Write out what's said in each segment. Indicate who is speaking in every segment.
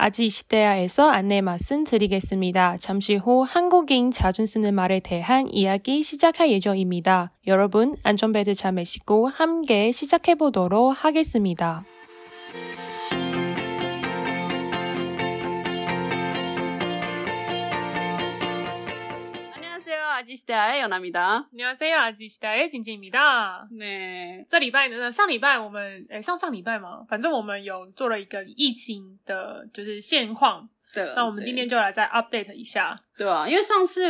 Speaker 1: 아지시대야에서 안내 말씀드리겠습니다. 잠시 후 한국인 자주 쓰는 말에 대한 이야기 시작할 예정입니다. 여러분 안전벨트 잘 매시고 함께 시작해 보도록 하겠습니다.
Speaker 2: 안녕하세요. 아지시대아의 연아입니다.
Speaker 3: 你好，C R 吉西达耶景景米大。
Speaker 2: 네.
Speaker 3: 这礼拜呢，上礼拜我们诶、上上礼拜嘛，反正我们有做了一个疫情的，就是现况。
Speaker 2: 对
Speaker 3: 那我们今天就来再 update 一下。
Speaker 2: 对对啊，因为上次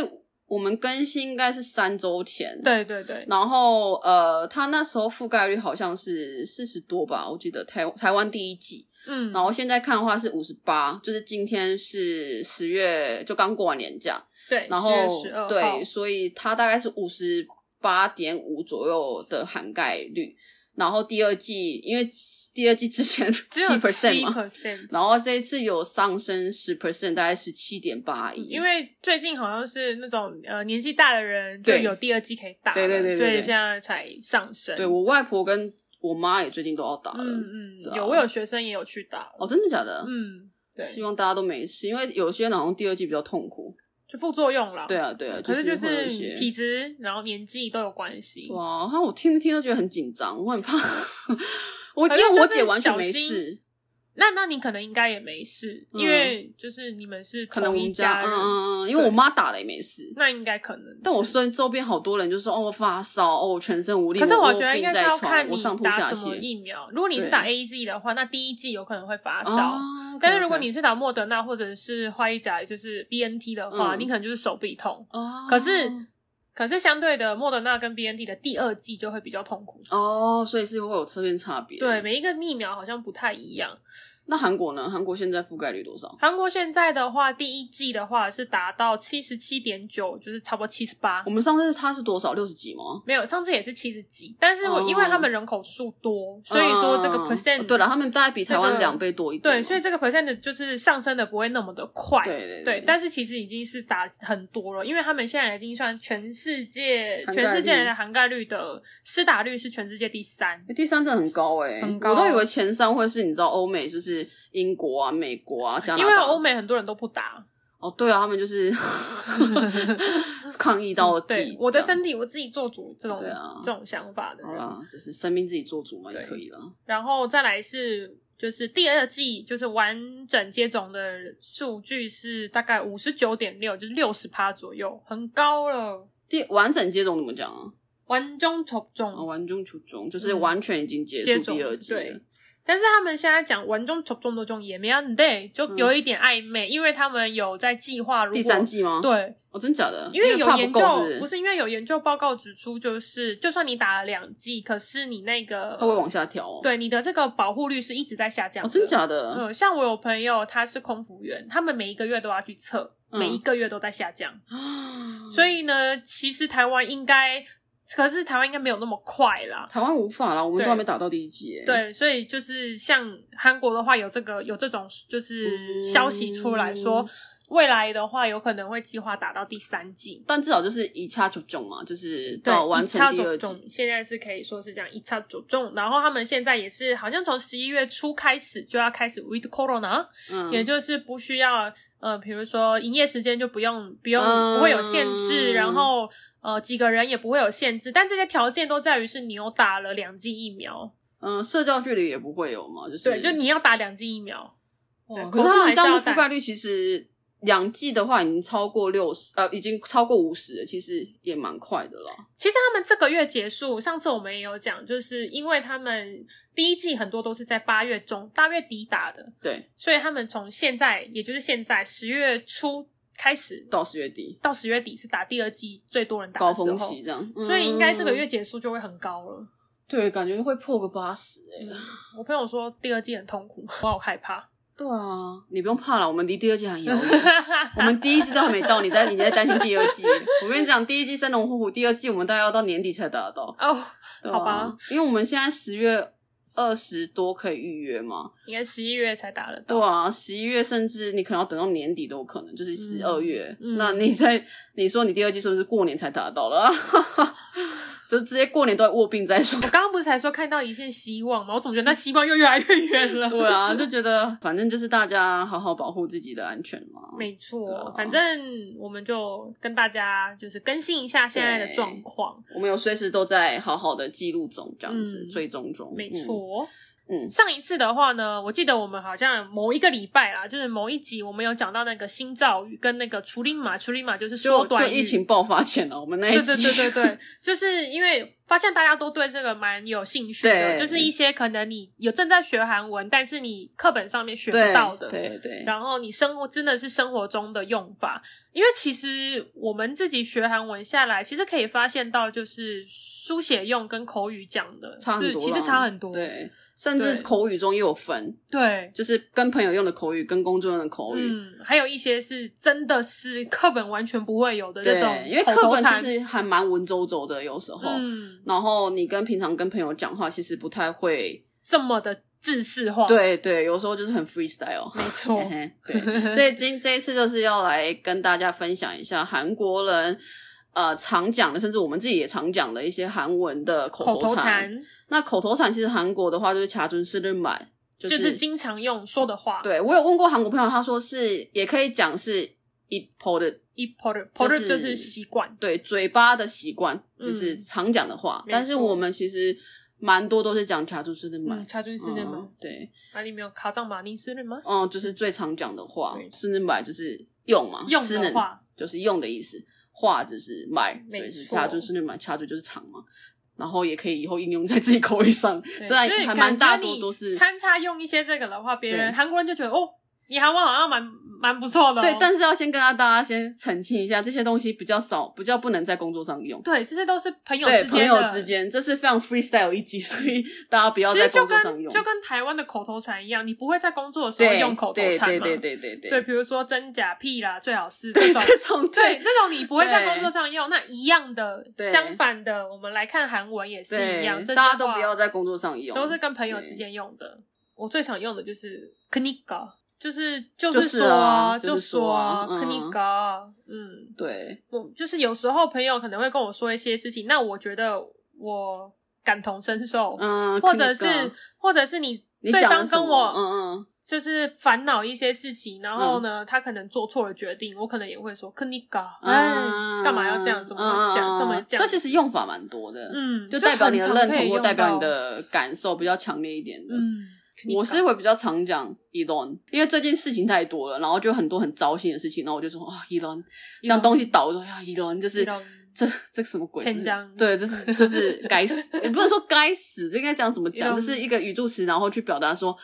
Speaker 2: 我们更新应该是三周前。。
Speaker 3: 对对对，
Speaker 2: 然后呃，他那时候覆盖率好像是四十多吧，我记得台台湾第一季。
Speaker 3: 嗯，
Speaker 2: 然后现在看的话是五十八，就是今天是十月，就刚过完年假。
Speaker 3: 对，
Speaker 2: 然后
Speaker 3: 十二
Speaker 2: 对，所以它大概是五十八点五左右的涵盖率。然后第二季，因为第二季之前
Speaker 3: 只
Speaker 2: 七
Speaker 3: 有
Speaker 2: percent
Speaker 3: 七
Speaker 2: 嘛，
Speaker 3: percent，
Speaker 2: 然后这一次有上升十 percent，大概十七点八亿。
Speaker 3: 因为最近好像是那种呃年纪大的人就
Speaker 2: 对
Speaker 3: 有第二季可以打了，
Speaker 2: 对对对对
Speaker 3: 所
Speaker 2: 对
Speaker 3: 以现在才上升。
Speaker 2: 对我外婆跟我妈也最近都要打了。
Speaker 3: 嗯
Speaker 2: 对
Speaker 3: 嗯，
Speaker 2: 啊
Speaker 3: 有我有学生也有去打，
Speaker 2: 哦，真的假的？
Speaker 3: 嗯，对，
Speaker 2: 希望大家都没事，因为有些人好像第二季比较痛苦。
Speaker 3: 就副作用啦。
Speaker 2: 对啊，对啊，
Speaker 3: 可是
Speaker 2: 就
Speaker 3: 就是
Speaker 2: 会有
Speaker 3: 是
Speaker 2: 一些啊
Speaker 3: 体质，然后年纪都有关系。
Speaker 2: 哇，哈！我听着听都觉得很紧张，我很怕。 我因
Speaker 3: 反正
Speaker 2: 为我
Speaker 3: 就是
Speaker 2: 姐完全
Speaker 3: 小
Speaker 2: 没
Speaker 3: 心
Speaker 2: 事，
Speaker 3: 那那你可能应该也没事，
Speaker 2: 嗯
Speaker 3: 因为就是你们是
Speaker 2: 可能
Speaker 3: 同
Speaker 2: 我
Speaker 3: 一
Speaker 2: 们家嗯
Speaker 3: 人，
Speaker 2: 嗯嗯，因为我妈打了也没事。
Speaker 3: 那应该可能是。
Speaker 2: 但我身周边好多人就说哦，我发烧，哦，我全身无力，
Speaker 3: 可是
Speaker 2: 我
Speaker 3: 我
Speaker 2: 我
Speaker 3: 觉得应该
Speaker 2: 病
Speaker 3: 是
Speaker 2: 在
Speaker 3: 要
Speaker 2: 床
Speaker 3: 看
Speaker 2: 我上
Speaker 3: 你
Speaker 2: 吐
Speaker 3: 打
Speaker 2: 下
Speaker 3: 什么
Speaker 2: 泻。
Speaker 3: 疫苗。如果你是打 A
Speaker 2: 对
Speaker 3: Z 的话，那第一季有可能会发烧。
Speaker 2: 啊，
Speaker 3: 但是如果你是打莫德纳或者是花一甲，就是 B N T 的话，
Speaker 2: 嗯
Speaker 3: 你可能就是手臂痛。
Speaker 2: 哦，
Speaker 3: 可是，可是相对的，莫德纳跟 B N T 的第二季就会比较痛苦。
Speaker 2: 哦，所以是会有侧面差别。
Speaker 3: 对，，每一个疫苗好像不太一样。
Speaker 2: 那韩国呢？韩国现在覆盖率多少？
Speaker 3: 韩国现在的话，第一季的话是达到七十七点九，就是差不多七十八
Speaker 2: 我。们上次它是多少？六十几吗？
Speaker 3: 没有，上次也是七十几，但是我、
Speaker 2: 哦
Speaker 3: 因为他们人口数多，所以说这个
Speaker 2: 嗯
Speaker 3: percent、
Speaker 2: 对了，他们大概比台
Speaker 3: 这
Speaker 2: 湾
Speaker 3: 个
Speaker 2: 两倍多一点嘛。
Speaker 3: 对，所以这个 percent 的就是上升的不会那么的快。
Speaker 2: 对对对
Speaker 3: 对，但是其实已经是打很多了，因为他们现在已经算全世界
Speaker 2: 涵盖率
Speaker 3: 全世界人的涵盖率的施打率是全世界第三。
Speaker 2: 欸第三真的很高哎、
Speaker 3: 很高
Speaker 2: 我都以为前三会是你知道欧美就是英国啊、美国啊、加拿
Speaker 3: 因
Speaker 2: 大，
Speaker 3: 为欧美很多人都不打，
Speaker 2: 哦对啊，他们就是 抗议到底。
Speaker 3: 对我的
Speaker 2: 这样
Speaker 3: 身体我自己做主这种、
Speaker 2: 对啊
Speaker 3: 这种想法的
Speaker 2: 好
Speaker 3: 人，
Speaker 2: 啦，就是生命自己做主嘛，也
Speaker 3: 对
Speaker 2: 可以啦。
Speaker 3: 然后再来是就是第二季，就是完整接种的数据是大概五十九点六，就是六十趴左右，很高了。
Speaker 2: 第完整接种怎么讲啊？
Speaker 3: 完中抽中，
Speaker 2: 啊，完中求中就是
Speaker 3: 嗯
Speaker 2: 完全已经结
Speaker 3: 接
Speaker 2: 束
Speaker 3: 种
Speaker 2: 第二季了。
Speaker 3: 对但是他们现在讲完中抽中的中也没安对，就有一点暧昧，因为他们有在计划如果
Speaker 2: 嗯第三季吗？，
Speaker 3: 对，
Speaker 2: 哦，真假的？
Speaker 3: 因为有
Speaker 2: 怕
Speaker 3: 研
Speaker 2: 不
Speaker 3: 究
Speaker 2: 够是
Speaker 3: 不
Speaker 2: 不是
Speaker 3: 是因为有研究报告指出，就是就算你打了两剂，可是你那个
Speaker 2: 它会往下调、哦。，
Speaker 3: 对你的这个保护率是一直在下降
Speaker 2: 哦，
Speaker 3: 的，
Speaker 2: 真假的？
Speaker 3: 嗯，像我有朋友，他是空服员，他们每一个月都要去测，
Speaker 2: 嗯
Speaker 3: 每一个月都在下 降。
Speaker 2: 啊
Speaker 3: 所以呢，其实台湾应该，可是台湾应该没有那么快啦。
Speaker 2: 台湾无法啦，我们
Speaker 3: 对
Speaker 2: 都还没打到第一季、欸。，
Speaker 3: 对，所以就是像韩国的话，有这个有这种就是
Speaker 2: 嗯
Speaker 3: 消息出来说，未来的话有可能会计划打到第三季。
Speaker 2: 但至少就是一掐就中嘛，就是
Speaker 3: 对
Speaker 2: 到，哦完
Speaker 3: 一
Speaker 2: 成
Speaker 3: 超
Speaker 2: 第二
Speaker 3: 九
Speaker 2: 季。
Speaker 3: 中，现在是可以说是这样一超九中，然后他们现在也是好像从十一月初开始就要开始 with corona，
Speaker 2: 嗯，
Speaker 3: 也就是不需要呃，比如说营业时间就不用不用、
Speaker 2: 嗯
Speaker 3: 不会有限制，然后呃几个人也不会有限制，但这些条件都在于是你有打了两剂疫苗，
Speaker 2: 嗯，社交距离也不会有嘛，就是
Speaker 3: 对，就你要打两剂疫苗，
Speaker 2: 哇
Speaker 3: 对
Speaker 2: 可是他们这样的
Speaker 3: 口罩还是要戴
Speaker 2: 覆盖率其实两季的话已经超过六十，呃，已经超过五十，其实也蛮快的啦。
Speaker 3: 其实他们这个月结束，上次我们也有讲，就是因为他们第一季很多都是在八月中、八月底打的，
Speaker 2: 对，
Speaker 3: 所以他们从现在，也就是现在十月初开始
Speaker 2: 到十月底
Speaker 3: 到十月底是打第二季最多人打
Speaker 2: 高
Speaker 3: 的时
Speaker 2: 峰
Speaker 3: 候
Speaker 2: 期，这样，
Speaker 3: 所以应该这个
Speaker 2: 嗯
Speaker 3: 月结束就会很高了。
Speaker 2: 对，感觉会破个八十哎。
Speaker 3: 我朋友说第二季很痛苦， 我好害怕。
Speaker 2: 对啊，你不用怕了，我们离第二季很 遥远。 我们第一季都还没到，你在你在担心 第二季？我跟你讲，第一季生龙活虎，第二季我们大概要到年底才打得到。
Speaker 3: 哦，
Speaker 2: 对
Speaker 3: 好吧
Speaker 2: 啊，因为我们现在十月二十多可以预约嘛，
Speaker 3: 应该十一月才打得到。
Speaker 2: 对啊，十一月甚至你可能要等到年底都有可能，就是十二月。
Speaker 3: 嗯
Speaker 2: 那你在你说你第二季是不是过年才打到了？ 就直接过年都在卧病在 床
Speaker 3: 我。刚刚不是才说看到一线希望吗？我总觉得那希望又越来越远了。
Speaker 2: 对啊，就觉得反正就是大家好好保护自己的安全嘛。
Speaker 3: 没错，
Speaker 2: 对啊
Speaker 3: 反正我们就跟大家就是更新一下现在的
Speaker 2: 对
Speaker 3: 状况。
Speaker 2: 我们有随时都在好好的记录中，这样子、
Speaker 3: 嗯
Speaker 2: 追踪中。
Speaker 3: 没
Speaker 2: 嗯，
Speaker 3: 错。
Speaker 2: 嗯
Speaker 3: 上一次的话呢，我记得我们好像某一个礼拜啦，就是某一集我们有讲到那个新造语跟那个处理码，处理码就是缩
Speaker 2: 就
Speaker 3: 短
Speaker 2: 就
Speaker 3: 语
Speaker 2: 疫情爆发前啊，我们那一
Speaker 3: 对
Speaker 2: 集
Speaker 3: 对对对对， 就是因为发现大家都对这个蛮有兴趣的，
Speaker 2: 对
Speaker 3: 就是一些可能你有正在学韩文，但是你课本上面 学
Speaker 2: 对
Speaker 3: 不到的，
Speaker 2: 对对
Speaker 3: 然后你生活真的是生活中的用法，因为其实我们自己学韩文下来，其实可以发现到，就是书写用跟口语讲的
Speaker 2: 差很
Speaker 3: 是
Speaker 2: 多啦，
Speaker 3: 其实差很多，
Speaker 2: 对，甚
Speaker 3: 对
Speaker 2: 至口语中也有分，
Speaker 3: 对
Speaker 2: 就是跟朋友用的口语跟工作用的口语。
Speaker 3: 嗯，还有一些是真的是课本完全不会有的这
Speaker 2: 对
Speaker 3: 种，
Speaker 2: 因为
Speaker 3: 口
Speaker 2: 课
Speaker 3: 头
Speaker 2: 本
Speaker 3: 禅
Speaker 2: 其实还蛮文绉绉的，有时候。
Speaker 3: 嗯
Speaker 2: 然后你跟平常跟朋友讲话，其实不太会。
Speaker 3: 这么的制式化，，
Speaker 2: 对对，有时候就是很 freestyle。。
Speaker 3: 没错
Speaker 2: 嘿嘿对，所以今这一次就是要来跟大家分享一下韩国人呃常讲的，甚至我们自己也常讲的一些韩文的口
Speaker 3: 口头
Speaker 2: 头禅。
Speaker 3: 禅
Speaker 2: 那口头禅其实韩国的话就是卡尊是日满，就
Speaker 3: 就是经常用说的话，，
Speaker 2: 对我有问过韩国朋友，他说是也可以讲是一口的，
Speaker 3: 一 p o r p o
Speaker 2: 就
Speaker 3: r
Speaker 2: 是
Speaker 3: 就是习惯，
Speaker 2: 对嘴巴的习惯，
Speaker 3: 嗯
Speaker 2: 就是常讲的话。
Speaker 3: 没错
Speaker 2: 但是我们其实蛮多都是讲卡尊是日满
Speaker 3: 嗯，，查军是那吗
Speaker 2: 嗯？对，
Speaker 3: 哪里没有卡藏马尼斯人吗？
Speaker 2: 嗯，就是最常讲的话
Speaker 3: 对，
Speaker 2: 是日满就是用嘛，
Speaker 3: 用
Speaker 2: 是
Speaker 3: 的
Speaker 2: 能
Speaker 3: 话，
Speaker 2: 就是用的意思，话就是买，
Speaker 3: 没
Speaker 2: 所以是
Speaker 3: 错
Speaker 2: 掐住是那买，掐住就是长嘛。然后也可以以后应用在自己口语上，
Speaker 3: 对
Speaker 2: 虽然
Speaker 3: 所以
Speaker 2: 还
Speaker 3: 感
Speaker 2: 蛮大
Speaker 3: 觉
Speaker 2: 多
Speaker 3: 你
Speaker 2: 都是
Speaker 3: 掺插用一些这个的话，别人
Speaker 2: 对
Speaker 3: 韩国人就觉得哦，你韩文好像蛮蛮不错的哦、
Speaker 2: 对，但是要先跟大家先澄清一下，这些东西比较少，比较不能在工作上用。
Speaker 3: 对这些都是朋友
Speaker 2: 对，
Speaker 3: 之
Speaker 2: 朋
Speaker 3: 间
Speaker 2: 友
Speaker 3: 的
Speaker 2: 之。间，这是非常 freestyle 一集，所以大家不要
Speaker 3: 其
Speaker 2: 在
Speaker 3: 实就
Speaker 2: 工作上
Speaker 3: 跟
Speaker 2: 用。
Speaker 3: 就跟台湾的口头禅一样，你不会在工作的时候
Speaker 2: 对
Speaker 3: 用口头
Speaker 2: 对
Speaker 3: 禅
Speaker 2: 对
Speaker 3: 嘛？
Speaker 2: 对对对对
Speaker 3: 对
Speaker 2: 对
Speaker 3: 比如说真假屁啦，最好是这
Speaker 2: 对
Speaker 3: 种。
Speaker 2: 这种
Speaker 3: 对，
Speaker 2: 对
Speaker 3: 这种你不会在工作上用。那一样的，
Speaker 2: 对
Speaker 3: 相反的，我们来看韩文也是一样，这
Speaker 2: 对，
Speaker 3: 些
Speaker 2: 大家都
Speaker 3: 话
Speaker 2: 不要在工作上用，
Speaker 3: 都是跟朋友之
Speaker 2: 对
Speaker 3: 间用的。我最常用的就是 kniga，就是就
Speaker 2: 就是是
Speaker 3: 说
Speaker 2: 啊
Speaker 3: 就
Speaker 2: 就是说
Speaker 3: 啊
Speaker 2: 啊
Speaker 3: kniga，嗯，
Speaker 2: 对
Speaker 3: 我就是有时候朋友可能会跟我说一些事情，那我觉得我感同身受，
Speaker 2: 嗯，
Speaker 3: 或者
Speaker 2: click
Speaker 3: 是
Speaker 2: 啊
Speaker 3: 或者是你
Speaker 2: 你
Speaker 3: 对
Speaker 2: 讲了
Speaker 3: 方
Speaker 2: 什
Speaker 3: 跟
Speaker 2: 么
Speaker 3: 我
Speaker 2: 嗯嗯。
Speaker 3: 就是烦恼一些事情，然后呢，他可能做错了决定，我可能也会说 kniga，哎
Speaker 2: 嗯，
Speaker 3: 干嘛要这样？怎么会讲？这么讲？
Speaker 2: 这其实用法蛮多的，
Speaker 3: 嗯，
Speaker 2: 就代表你的
Speaker 3: 很常
Speaker 2: 认
Speaker 3: 可以
Speaker 2: 同或
Speaker 3: 用
Speaker 2: 代表
Speaker 3: 到
Speaker 2: 你的感受比较强烈一点的。
Speaker 3: 嗯，
Speaker 2: 我是
Speaker 3: kniga
Speaker 2: 会比较常讲 Elon，因为最近事情太多了，然后就很多很糟心的事情，然后我就说啊 Elon，像东西倒我说哎呀 Elon，就是
Speaker 3: Elon
Speaker 2: 这这什么鬼？
Speaker 3: 欠
Speaker 2: 这是
Speaker 3: 账
Speaker 2: 对，这是这是该死，也不能说该死，这应该讲怎么讲，
Speaker 3: Elon
Speaker 2: 这是一个语助词，然后去表达说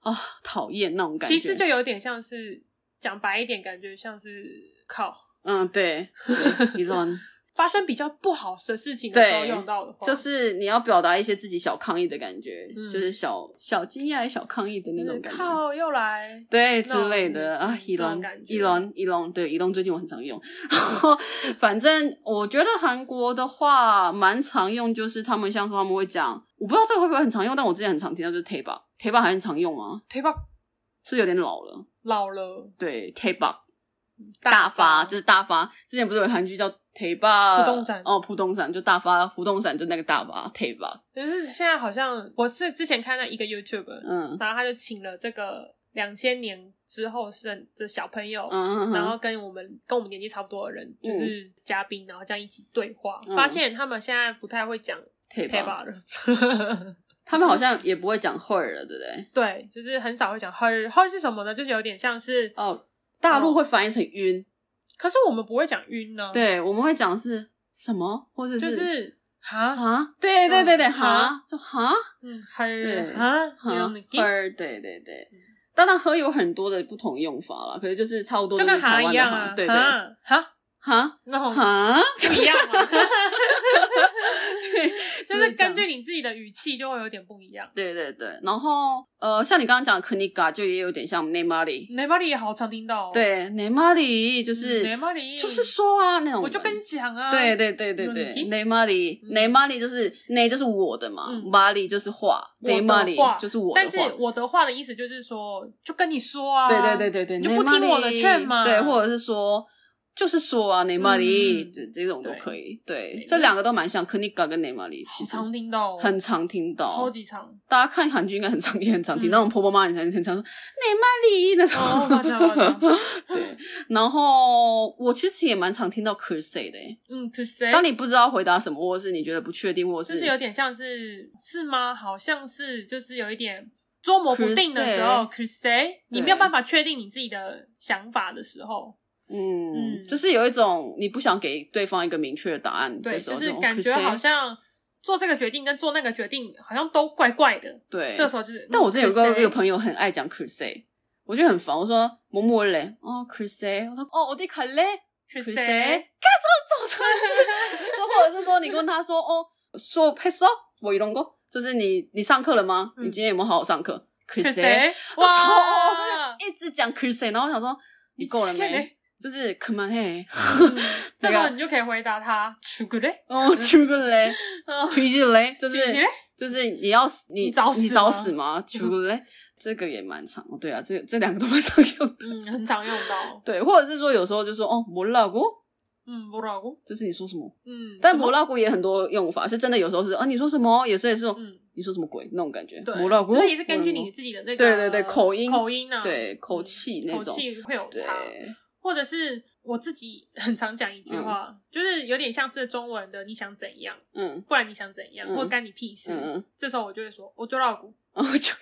Speaker 2: 啊讨厌那种感觉。
Speaker 3: 其实就有点像是讲白一点，感觉像是靠
Speaker 2: 嗯 对对 Elon。
Speaker 3: 发生比较不好的事情的时候
Speaker 2: 对
Speaker 3: 用到的话，
Speaker 2: 就是你要表达一些自己小抗议的感觉，
Speaker 3: 嗯
Speaker 2: 就是小小惊讶、小抗议的那种
Speaker 3: 就
Speaker 2: 感
Speaker 3: 是
Speaker 2: 觉。
Speaker 3: 靠又来，那
Speaker 2: 对
Speaker 3: 种
Speaker 2: 之类的啊，
Speaker 3: 这
Speaker 2: 伊
Speaker 3: 种
Speaker 2: 隆
Speaker 3: 感觉
Speaker 2: 伊隆伊隆，对伊隆最近我很常用。 然后反正我觉得韩国的话蛮常用，就是他们像说他们会讲，我不知道这个会不会很常用，但我之前很常听到就是 t a b a t a b a 还很常用吗？
Speaker 3: 腿吧
Speaker 2: 是有点老了。
Speaker 3: 老了
Speaker 2: 对 t a b a
Speaker 3: 大
Speaker 2: 发就是大发，之前不是有韩剧叫 t a b a
Speaker 3: 浦东伞
Speaker 2: 哦，浦东伞就大发，浦东伞就那个大发 t a b a
Speaker 3: 就是现在好像我是之前看到一个 YouTube，、
Speaker 2: 嗯
Speaker 3: 然后他就请了这个两千年之后生的小朋友。
Speaker 2: 嗯，嗯嗯
Speaker 3: 然后跟我们跟我们年纪差不多的人，就
Speaker 2: 嗯
Speaker 3: 是嘉宾，然后这样一起对话，
Speaker 2: 嗯
Speaker 3: 发现他们现在不太会讲
Speaker 2: t a
Speaker 3: t
Speaker 2: b
Speaker 3: a
Speaker 2: a
Speaker 3: b a 了，
Speaker 2: 他们好像也不会讲 her 了，对不对？
Speaker 3: 对，就是很少会讲 her her 是什么呢？就是有点像是
Speaker 2: 哦，大陆会翻译成晕，
Speaker 3: 可是我们不会讲晕呢、，
Speaker 2: 对，我们会讲是什么，或者
Speaker 3: 就是是哈，
Speaker 2: 啊，对对对对，
Speaker 3: 嗯
Speaker 2: 哈，就哈
Speaker 3: 嗯，还
Speaker 2: 对
Speaker 3: 哈，
Speaker 2: 哈
Speaker 3: 那嗯种的
Speaker 2: her，对对对。当然，喝有很多的不同用法啦，可是就是差不多
Speaker 3: 就
Speaker 2: 都
Speaker 3: 跟
Speaker 2: 是台
Speaker 3: 哈
Speaker 2: 湾
Speaker 3: 一
Speaker 2: 的
Speaker 3: 样
Speaker 2: 哈，
Speaker 3: 啊，
Speaker 2: 对对，
Speaker 3: 哈哈
Speaker 2: 哈
Speaker 3: 那种
Speaker 2: 哈，
Speaker 3: 不一样嘛，
Speaker 2: 对，
Speaker 3: 就是根
Speaker 2: 这
Speaker 3: 据
Speaker 2: 样
Speaker 3: 你自己的语气就会有点不一样。
Speaker 2: 对对对，然后呃，像你刚刚讲的 kniga 就也有点像 n e m a r i
Speaker 3: n e m a r i 也好常听到、哦，
Speaker 2: 对 n e m a r i 就
Speaker 3: n e
Speaker 2: 是
Speaker 3: m a r i
Speaker 2: 就是说啊那种人，
Speaker 3: 我就跟你讲啊，
Speaker 2: 对对对对对
Speaker 3: 嗯
Speaker 2: ，ne money
Speaker 3: 嗯
Speaker 2: ne money 就是 ne 就是我的嘛
Speaker 3: 嗯
Speaker 2: ，money 就是话
Speaker 3: 我的
Speaker 2: ，ne
Speaker 3: 话
Speaker 2: money 就是我的
Speaker 3: 但是
Speaker 2: 话。
Speaker 3: 我的话的意思就是说，就跟你说啊，
Speaker 2: 对对对对对，
Speaker 3: 你就不听我的劝嘛
Speaker 2: 对，或者是说就是说啊，内马里
Speaker 3: 嗯
Speaker 2: 这这种都
Speaker 3: 对
Speaker 2: 可以。对
Speaker 3: 对，
Speaker 2: 这两个都蛮像，科尼嘎跟内马里，
Speaker 3: 好
Speaker 2: 其实
Speaker 3: 常听到、哦，
Speaker 2: 很常听到，
Speaker 3: 超级长。
Speaker 2: 大家看韩剧应该很常也很常听，
Speaker 3: 嗯
Speaker 2: 那种婆婆妈很常很常说内马里那
Speaker 3: 哦，我
Speaker 2: 种。
Speaker 3: 想我想，
Speaker 2: 对，然后我其实也蛮常听到 curse 的欸。
Speaker 3: 嗯，to say，
Speaker 2: 当你不知道回答什么，或者是你觉得不确定，或者
Speaker 3: 就是有点像是是吗？好像是，就是有一点捉摸不定的时候 c r i s e 你没有办法确定你自己的想法的时候，
Speaker 2: 嗯，
Speaker 3: 嗯
Speaker 2: 就是有一种你不想给对方一个明确的答案
Speaker 3: 对，
Speaker 2: 的时
Speaker 3: 就
Speaker 2: 候，
Speaker 3: 是
Speaker 2: 这种
Speaker 3: 感觉
Speaker 2: curse
Speaker 3: 好像做这个决定跟做那个决定好像都怪怪的。
Speaker 2: 对。
Speaker 3: 这时候就是，嗯
Speaker 2: 但我之前有个有
Speaker 3: 友，
Speaker 2: 朋友很爱讲 crusade，我觉得很烦。我说某某嘞，哦 crusade，我说哦我的卡嘞
Speaker 3: c r i s
Speaker 2: crusade，看
Speaker 3: e
Speaker 2: 这种真的是，就或者是说你跟他说哦，说 p e s o 我一弄过，就是你你上课了吗？
Speaker 3: 嗯
Speaker 2: 你今天有没有好好上课
Speaker 3: c r i s
Speaker 2: ？crusade，
Speaker 3: e
Speaker 2: 我超我真
Speaker 3: 哇
Speaker 2: 的，一直讲 crusade，然后我想说你够了没？？就是可 o 嘿，
Speaker 3: 欸 嗯这时候你就可以回答他 c h o 嘞，
Speaker 2: 哦去个嘞，
Speaker 3: 嗯
Speaker 2: 去个嘞，就
Speaker 3: 就是是
Speaker 2: 就是你要死你
Speaker 3: 你找死
Speaker 2: 你
Speaker 3: 吗
Speaker 2: 找死吗？除了这个也蛮长，哦对啊，这这两个都蛮常用。
Speaker 3: 嗯，很常用到，
Speaker 2: 对，或者是说有时候就说哦，摩拉姑，
Speaker 3: 嗯，不老公，
Speaker 2: 就是你说什么？
Speaker 3: 嗯，
Speaker 2: 但
Speaker 3: 什么
Speaker 2: 摩拉姑也很多用法，是真的有时候是啊，你说什么？也是也是说
Speaker 3: 嗯。
Speaker 2: 你说什么鬼那种感觉。
Speaker 3: 对，
Speaker 2: 摩拉姑，
Speaker 3: 所以也是根据你
Speaker 2: 哦
Speaker 3: 自己的那个
Speaker 2: 对对对口音
Speaker 3: 口音啊，
Speaker 2: 对口
Speaker 3: 嗯
Speaker 2: 气那
Speaker 3: 口
Speaker 2: 种
Speaker 3: 气会有
Speaker 2: 对
Speaker 3: 差，或者是我自己 很常讲一句话，就是有点像是中文的“你想怎样，
Speaker 2: 嗯
Speaker 3: 不然你想怎样”
Speaker 2: 嗯
Speaker 3: 或“干你屁事”
Speaker 2: 嗯嗯，
Speaker 3: 这时候我就会说“我就老古
Speaker 2: 哦，就”，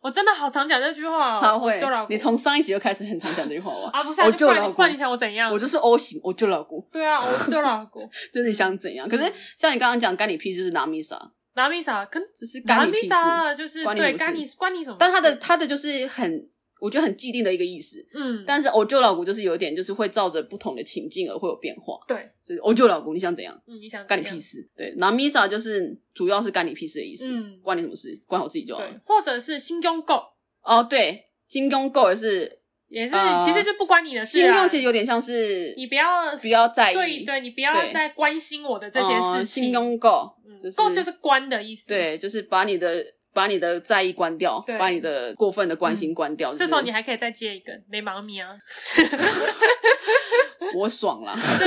Speaker 3: 我真的好常讲这句话、哦，
Speaker 2: 他
Speaker 3: 我
Speaker 2: 会
Speaker 3: 就老，古。
Speaker 2: 你从上一集就开始很常讲这句话哇。
Speaker 3: 啊不是啊，
Speaker 2: 我
Speaker 3: 就不
Speaker 2: 就
Speaker 3: 然
Speaker 2: 老
Speaker 3: 你
Speaker 2: 古
Speaker 3: 不然你想我怎样？
Speaker 2: 我就是 O 型，哦我就老姑，
Speaker 3: 对啊，我就老古。
Speaker 2: 就是你想怎样？可
Speaker 3: 嗯
Speaker 2: 是像你刚刚讲干你屁事就是拿米莎，
Speaker 3: 拿米莎跟
Speaker 2: 就是
Speaker 3: 拿
Speaker 2: 干你
Speaker 3: 米
Speaker 2: 屁事。
Speaker 3: 莎就是
Speaker 2: 关你
Speaker 3: 对
Speaker 2: 什么
Speaker 3: 干
Speaker 2: 事
Speaker 3: 你关你什么事？
Speaker 2: 但他的他的就是很，我觉得很既定的一个意思。
Speaker 3: 嗯，
Speaker 2: 但是欧旧老古就是有一点，就是会照着不同的情境而会有变化。哦
Speaker 3: 对，
Speaker 2: 就是欧旧老古，你想怎样？
Speaker 3: 嗯，你想
Speaker 2: 干你
Speaker 3: 怎样
Speaker 2: 屁事！对，拿 misa 就是主要是干你屁事的意思，
Speaker 3: 嗯
Speaker 2: 关你什么事？管好自己就好
Speaker 3: 对
Speaker 2: 了。，
Speaker 3: 或者是心中够。
Speaker 2: 哦，对，金庸购也是，
Speaker 3: 也是，
Speaker 2: 呃
Speaker 3: 其实就不关你的事
Speaker 2: 金
Speaker 3: 啊。
Speaker 2: 庸其实有点像是
Speaker 3: 你不要
Speaker 2: 不要在意
Speaker 3: 对对，你不要
Speaker 2: 对
Speaker 3: 再关心我的这些事
Speaker 2: 呃
Speaker 3: 情。
Speaker 2: 金庸购
Speaker 3: 嗯
Speaker 2: 就是
Speaker 3: 够就是关的意思。，
Speaker 2: 对，就是把你的把你的在意关掉，
Speaker 3: 对嗯
Speaker 2: 把你的过分的关心关掉。
Speaker 3: 这时候你
Speaker 2: 还
Speaker 3: 还可以再接一个雷芒 米啊，
Speaker 2: 我爽啦。
Speaker 3: 对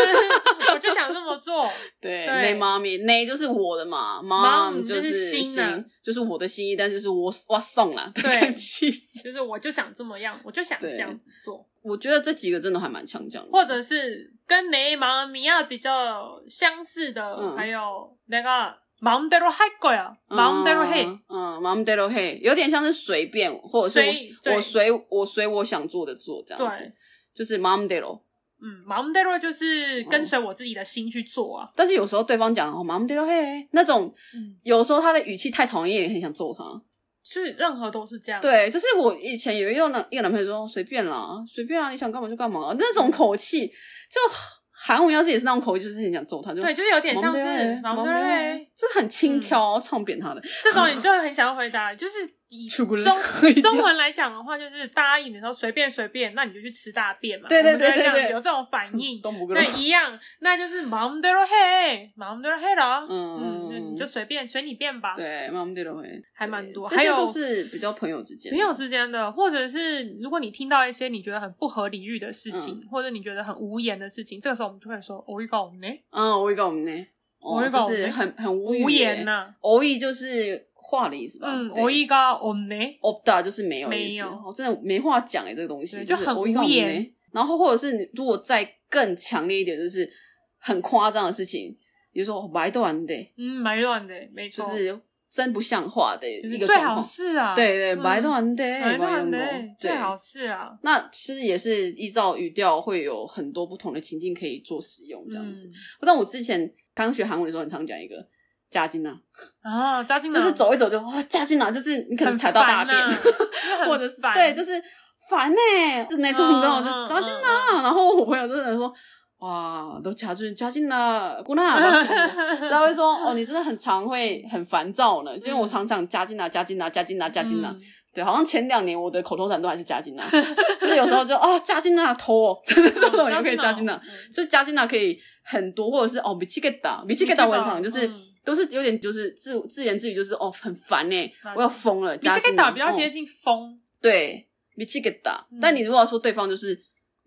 Speaker 3: 我就想这么做。
Speaker 2: 对，
Speaker 3: 对
Speaker 2: 内妈咪，内就是我的嘛，
Speaker 3: Mom
Speaker 2: 妈
Speaker 3: 就是
Speaker 2: 是
Speaker 3: 心啊
Speaker 2: 就是我的心意，但就是我哇送啦，
Speaker 3: 对
Speaker 2: 气死！
Speaker 3: 就是我就想这么样，我就想
Speaker 2: 对
Speaker 3: 这样子做，
Speaker 2: 我觉得这几个真的还蛮强讲的，
Speaker 3: 或者是跟雷芒米亚啊比较相似的，
Speaker 2: 嗯
Speaker 3: 还有那个忙得罗海鬼啊，忙得罗黑，
Speaker 2: 嗯嗯，mom d e r o hey，有点像是随便，或者
Speaker 3: 随
Speaker 2: 是我
Speaker 3: 对
Speaker 2: 我随我随我想做的做这样子
Speaker 3: 对，，
Speaker 2: 就是 mom d e r o
Speaker 3: 嗯，忙得罗就是
Speaker 2: 哦
Speaker 3: 跟随我自己的心去做啊，
Speaker 2: 但是有时候对方讲哦 mom d e r o hey 那种，
Speaker 3: 嗯，
Speaker 2: 有时候他的语气太讨厌，也很想揍他。
Speaker 3: 就是任何都是这样，
Speaker 2: 对，就是我以前有一个男一个男朋友说随便啦，随便啊，你想干嘛就干嘛、那种口气，就韩文要是也是那种口气，就是你想揍他，就
Speaker 3: 对，就是有点像是
Speaker 2: 忙
Speaker 3: 忙
Speaker 2: 不
Speaker 3: 得
Speaker 2: 了
Speaker 3: 罗嗯
Speaker 2: 欸
Speaker 3: 黑。
Speaker 2: 就是很轻佻，唱扁他的，
Speaker 3: 这种你就会很想要回答，就是以
Speaker 2: 出
Speaker 3: 中
Speaker 2: 国了可以
Speaker 3: 中文来讲的话，就是答应的时候随便随便，那你就去吃大便嘛。
Speaker 2: 对对对
Speaker 3: 我们就会这
Speaker 2: 对
Speaker 3: 样
Speaker 2: 对。
Speaker 3: 子有这种反应
Speaker 2: 东不
Speaker 3: 那一样，那就是忙得了嘿，忙得了嘿了。
Speaker 2: 嗯
Speaker 3: 嗯，那你就随便随你便吧。
Speaker 2: 对，妈妈对了会
Speaker 3: 还蛮多
Speaker 2: 对这些
Speaker 3: 还有
Speaker 2: 都是比较朋友之间，
Speaker 3: 朋友之间的，或者是如果你听到一些你觉得很不合理喻的
Speaker 2: 嗯
Speaker 3: 事情，或者你觉得很无言的事情，这个时候我们就会说“我预告呢
Speaker 2: 嗯，我一个我们呢，”，哦
Speaker 3: 我预告
Speaker 2: 就是很很无
Speaker 3: 无言
Speaker 2: 言，
Speaker 3: 呐。
Speaker 2: 偶一就是话的意思吧，
Speaker 3: 嗯，
Speaker 2: 对
Speaker 3: 我预告我呢，
Speaker 2: opta 就是没有的意思，
Speaker 3: 没有
Speaker 2: 我真的没话讲哎、这个东西
Speaker 3: 对就很
Speaker 2: 是我一个我没
Speaker 3: 无言。
Speaker 2: 然后或者是你如果再更强烈一点，就是很夸张的事情，比如说哦白短的，
Speaker 3: 嗯，蛮乱的，没
Speaker 2: 就
Speaker 3: 错，
Speaker 2: 是真不像话的一个
Speaker 3: 最
Speaker 2: 状
Speaker 3: 好
Speaker 2: 况。
Speaker 3: 是啊，
Speaker 2: 对对，
Speaker 3: 嗯
Speaker 2: 白短的，
Speaker 3: 哎，乱
Speaker 2: 的，
Speaker 3: 嘞，
Speaker 2: 对
Speaker 3: 最。好是啊，
Speaker 2: 那其实也是依照语调会有很多不同的情境可以做使用这样子。
Speaker 3: 嗯
Speaker 2: 但我之前刚学韩文的时候，很常讲一个加金呐，
Speaker 3: 啊，扎进
Speaker 2: 就是走一走就哇加金呐，就是你可能踩到
Speaker 3: 啊
Speaker 2: 大便，
Speaker 3: 或者是
Speaker 2: 对，就是烦呢、欸就是那种你知道，
Speaker 3: 嗯
Speaker 2: 就
Speaker 3: 嗯
Speaker 2: 加进啦。然后我朋友真的说，哇，都加进加进啦，姑娜。 然后会说，哦，你真的很常会很烦躁呢，
Speaker 3: 嗯
Speaker 2: 因为我常常加进啦，加进啦，加进啦，加进啦。，对，好像前两年我的口头禅都还是加 进啦，就是有时候就啊加进啦，头哦，这种就可以加进啦。，就是加进啦可以很多，或者是哦米奇给打，米奇给打我很常
Speaker 3: 嗯
Speaker 2: 就是。都是有点就是自自言自语，就是哦很烦呢、
Speaker 3: 烦
Speaker 2: 我要疯了。
Speaker 3: 你这
Speaker 2: 加
Speaker 3: 个
Speaker 2: 进啦
Speaker 3: 打比较
Speaker 2: 哦
Speaker 3: 接近风，
Speaker 2: 对，米奇给打
Speaker 3: 嗯。
Speaker 2: 但你如果要说对方就是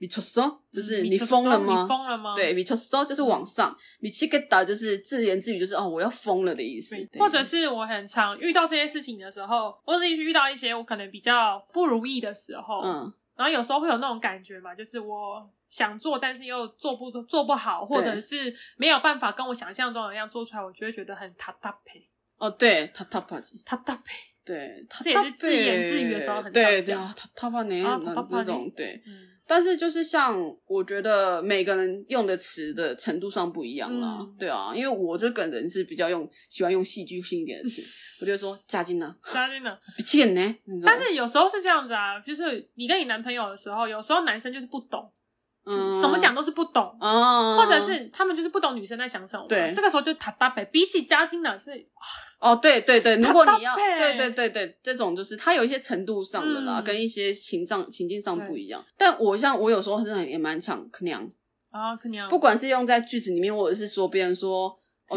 Speaker 2: 미쳤어就
Speaker 3: 嗯
Speaker 2: 是你疯了
Speaker 3: 你
Speaker 2: 吗？
Speaker 3: 疯了吗？嗯
Speaker 2: 对，米쳤어就是往上，米치겠다就是自言自语，就是哦，我要疯了的意思
Speaker 3: 对。
Speaker 2: 对
Speaker 3: 或者是我很常遇到这些事情的时候，或者遇到一些我可能比较不如意的时候，
Speaker 2: 嗯，
Speaker 3: 然后有时候会有那种感觉嘛，就是我想做，但是又做不做不好，或者是没有办法跟我想象中的一样做出来，我就会觉得很塔塔呸
Speaker 2: 哦，对，他他怕鸡，
Speaker 3: 塔塔呸。
Speaker 2: 对，
Speaker 3: 这也是自言自语的时候很常
Speaker 2: 对对
Speaker 3: 讲
Speaker 2: 啊，他他怕你
Speaker 3: 啊
Speaker 2: 那
Speaker 3: 답답하네
Speaker 2: 那种对。
Speaker 3: 嗯，
Speaker 2: 但是就是像我觉得每个人用的词的程度上不一样啦，
Speaker 3: 嗯
Speaker 2: 对啊，因为我这个人是比较用喜欢用戏剧性一 点的词，我就说加金呢，
Speaker 3: 那啊真的。
Speaker 2: 米치겠네，那种
Speaker 3: 但是有时候是这样子啊，就是你跟你男朋友的时候，有时候男生就是不懂，
Speaker 2: 嗯
Speaker 3: 怎么讲都是不懂。
Speaker 2: 啊，
Speaker 3: 或者是他们就是不懂女生在想什么嘛，
Speaker 2: 对
Speaker 3: 这个时候就塔搭配，比起加金呢是
Speaker 2: 哦，对对对，如果你要
Speaker 3: 搭配
Speaker 2: 对对对对，这种就是它有一些程度上的啦，
Speaker 3: 嗯
Speaker 2: 跟一些情上情境上不一样。但我像我有时候是很也蛮常可娘，
Speaker 3: 啊，可能
Speaker 2: 不管是用在句子里面，或者是说别人说哦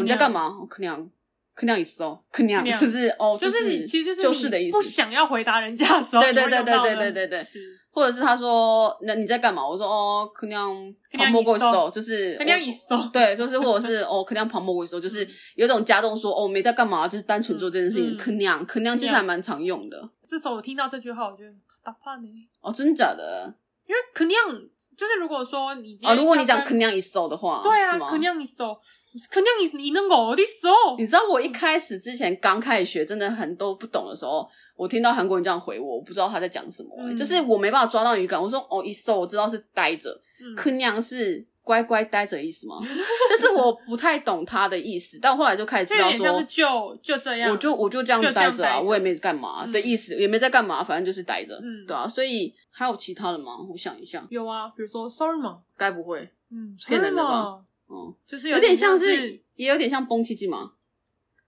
Speaker 3: 그냥
Speaker 2: 你在干嘛，哦可
Speaker 3: 啊
Speaker 2: 娘可娘意思哦，可娘
Speaker 3: 그냥
Speaker 2: 就是哦
Speaker 3: 啊就是你其实
Speaker 2: 就是
Speaker 3: 你
Speaker 2: 的意
Speaker 3: 不
Speaker 2: 思，
Speaker 3: 想要回答人家的时候，
Speaker 2: 对对
Speaker 3: 你会用
Speaker 2: 对对
Speaker 3: 到的
Speaker 2: 对对对对
Speaker 3: 词
Speaker 2: 或者是他说那你在干嘛，我说哦可娘
Speaker 3: 그냥
Speaker 2: 旁摸过
Speaker 3: 있어
Speaker 2: 手，就是
Speaker 3: 可能一搜，
Speaker 2: 对，就是或者是哦，可娘旁摸我的时候，就是有一种加重说哦，我没在干嘛，就是单纯做这件事
Speaker 3: 嗯啊
Speaker 2: 情。啊可娘，可娘其实
Speaker 3: 그냥
Speaker 2: 还蛮常用的
Speaker 3: 这时候我听到这句话，我就打怕你，
Speaker 2: 哦，真假的
Speaker 3: 因为可能就是如果说你今天
Speaker 2: 哦。如果你讲
Speaker 3: 要
Speaker 2: 可
Speaker 3: 跟
Speaker 2: 娘一哦手的话，
Speaker 3: 对
Speaker 2: 是
Speaker 3: 啊，
Speaker 2: 吗
Speaker 3: 可能一搜，可能你你能我的搜，
Speaker 2: 你知道我一开始之前刚开始学，真的很多不懂的时候，我听到韩国人这样回我，我不知道他在讲什么、
Speaker 3: 嗯
Speaker 2: 就是我没办法抓到语感。我说哦，一手我知道是呆着，
Speaker 3: 嗯
Speaker 2: 可娘是。乖乖呆着的意 思吗？就是我不太懂他的意思，但我后来就开始
Speaker 3: 就
Speaker 2: 知
Speaker 3: 有
Speaker 2: 道
Speaker 3: 点
Speaker 2: 说，
Speaker 3: 像是就就这样，
Speaker 2: 我就我就这样
Speaker 3: 就这
Speaker 2: 待
Speaker 3: 样
Speaker 2: 着啊，
Speaker 3: 待着
Speaker 2: 我也没干嘛
Speaker 3: 嗯
Speaker 2: 的意思，也没在干嘛，反正就是待着，
Speaker 3: 嗯
Speaker 2: 对啊。所以还有其他的吗？我想一下，
Speaker 3: 有啊，比如说 sorry 嘛，
Speaker 2: 该不会，
Speaker 3: 嗯
Speaker 2: 骗
Speaker 3: ，sorry
Speaker 2: 人的吧
Speaker 3: 嘛，
Speaker 2: 嗯，
Speaker 3: 就是
Speaker 2: 有
Speaker 3: 点
Speaker 2: 点像
Speaker 3: 是
Speaker 2: 是，。也有点像崩气机嘛，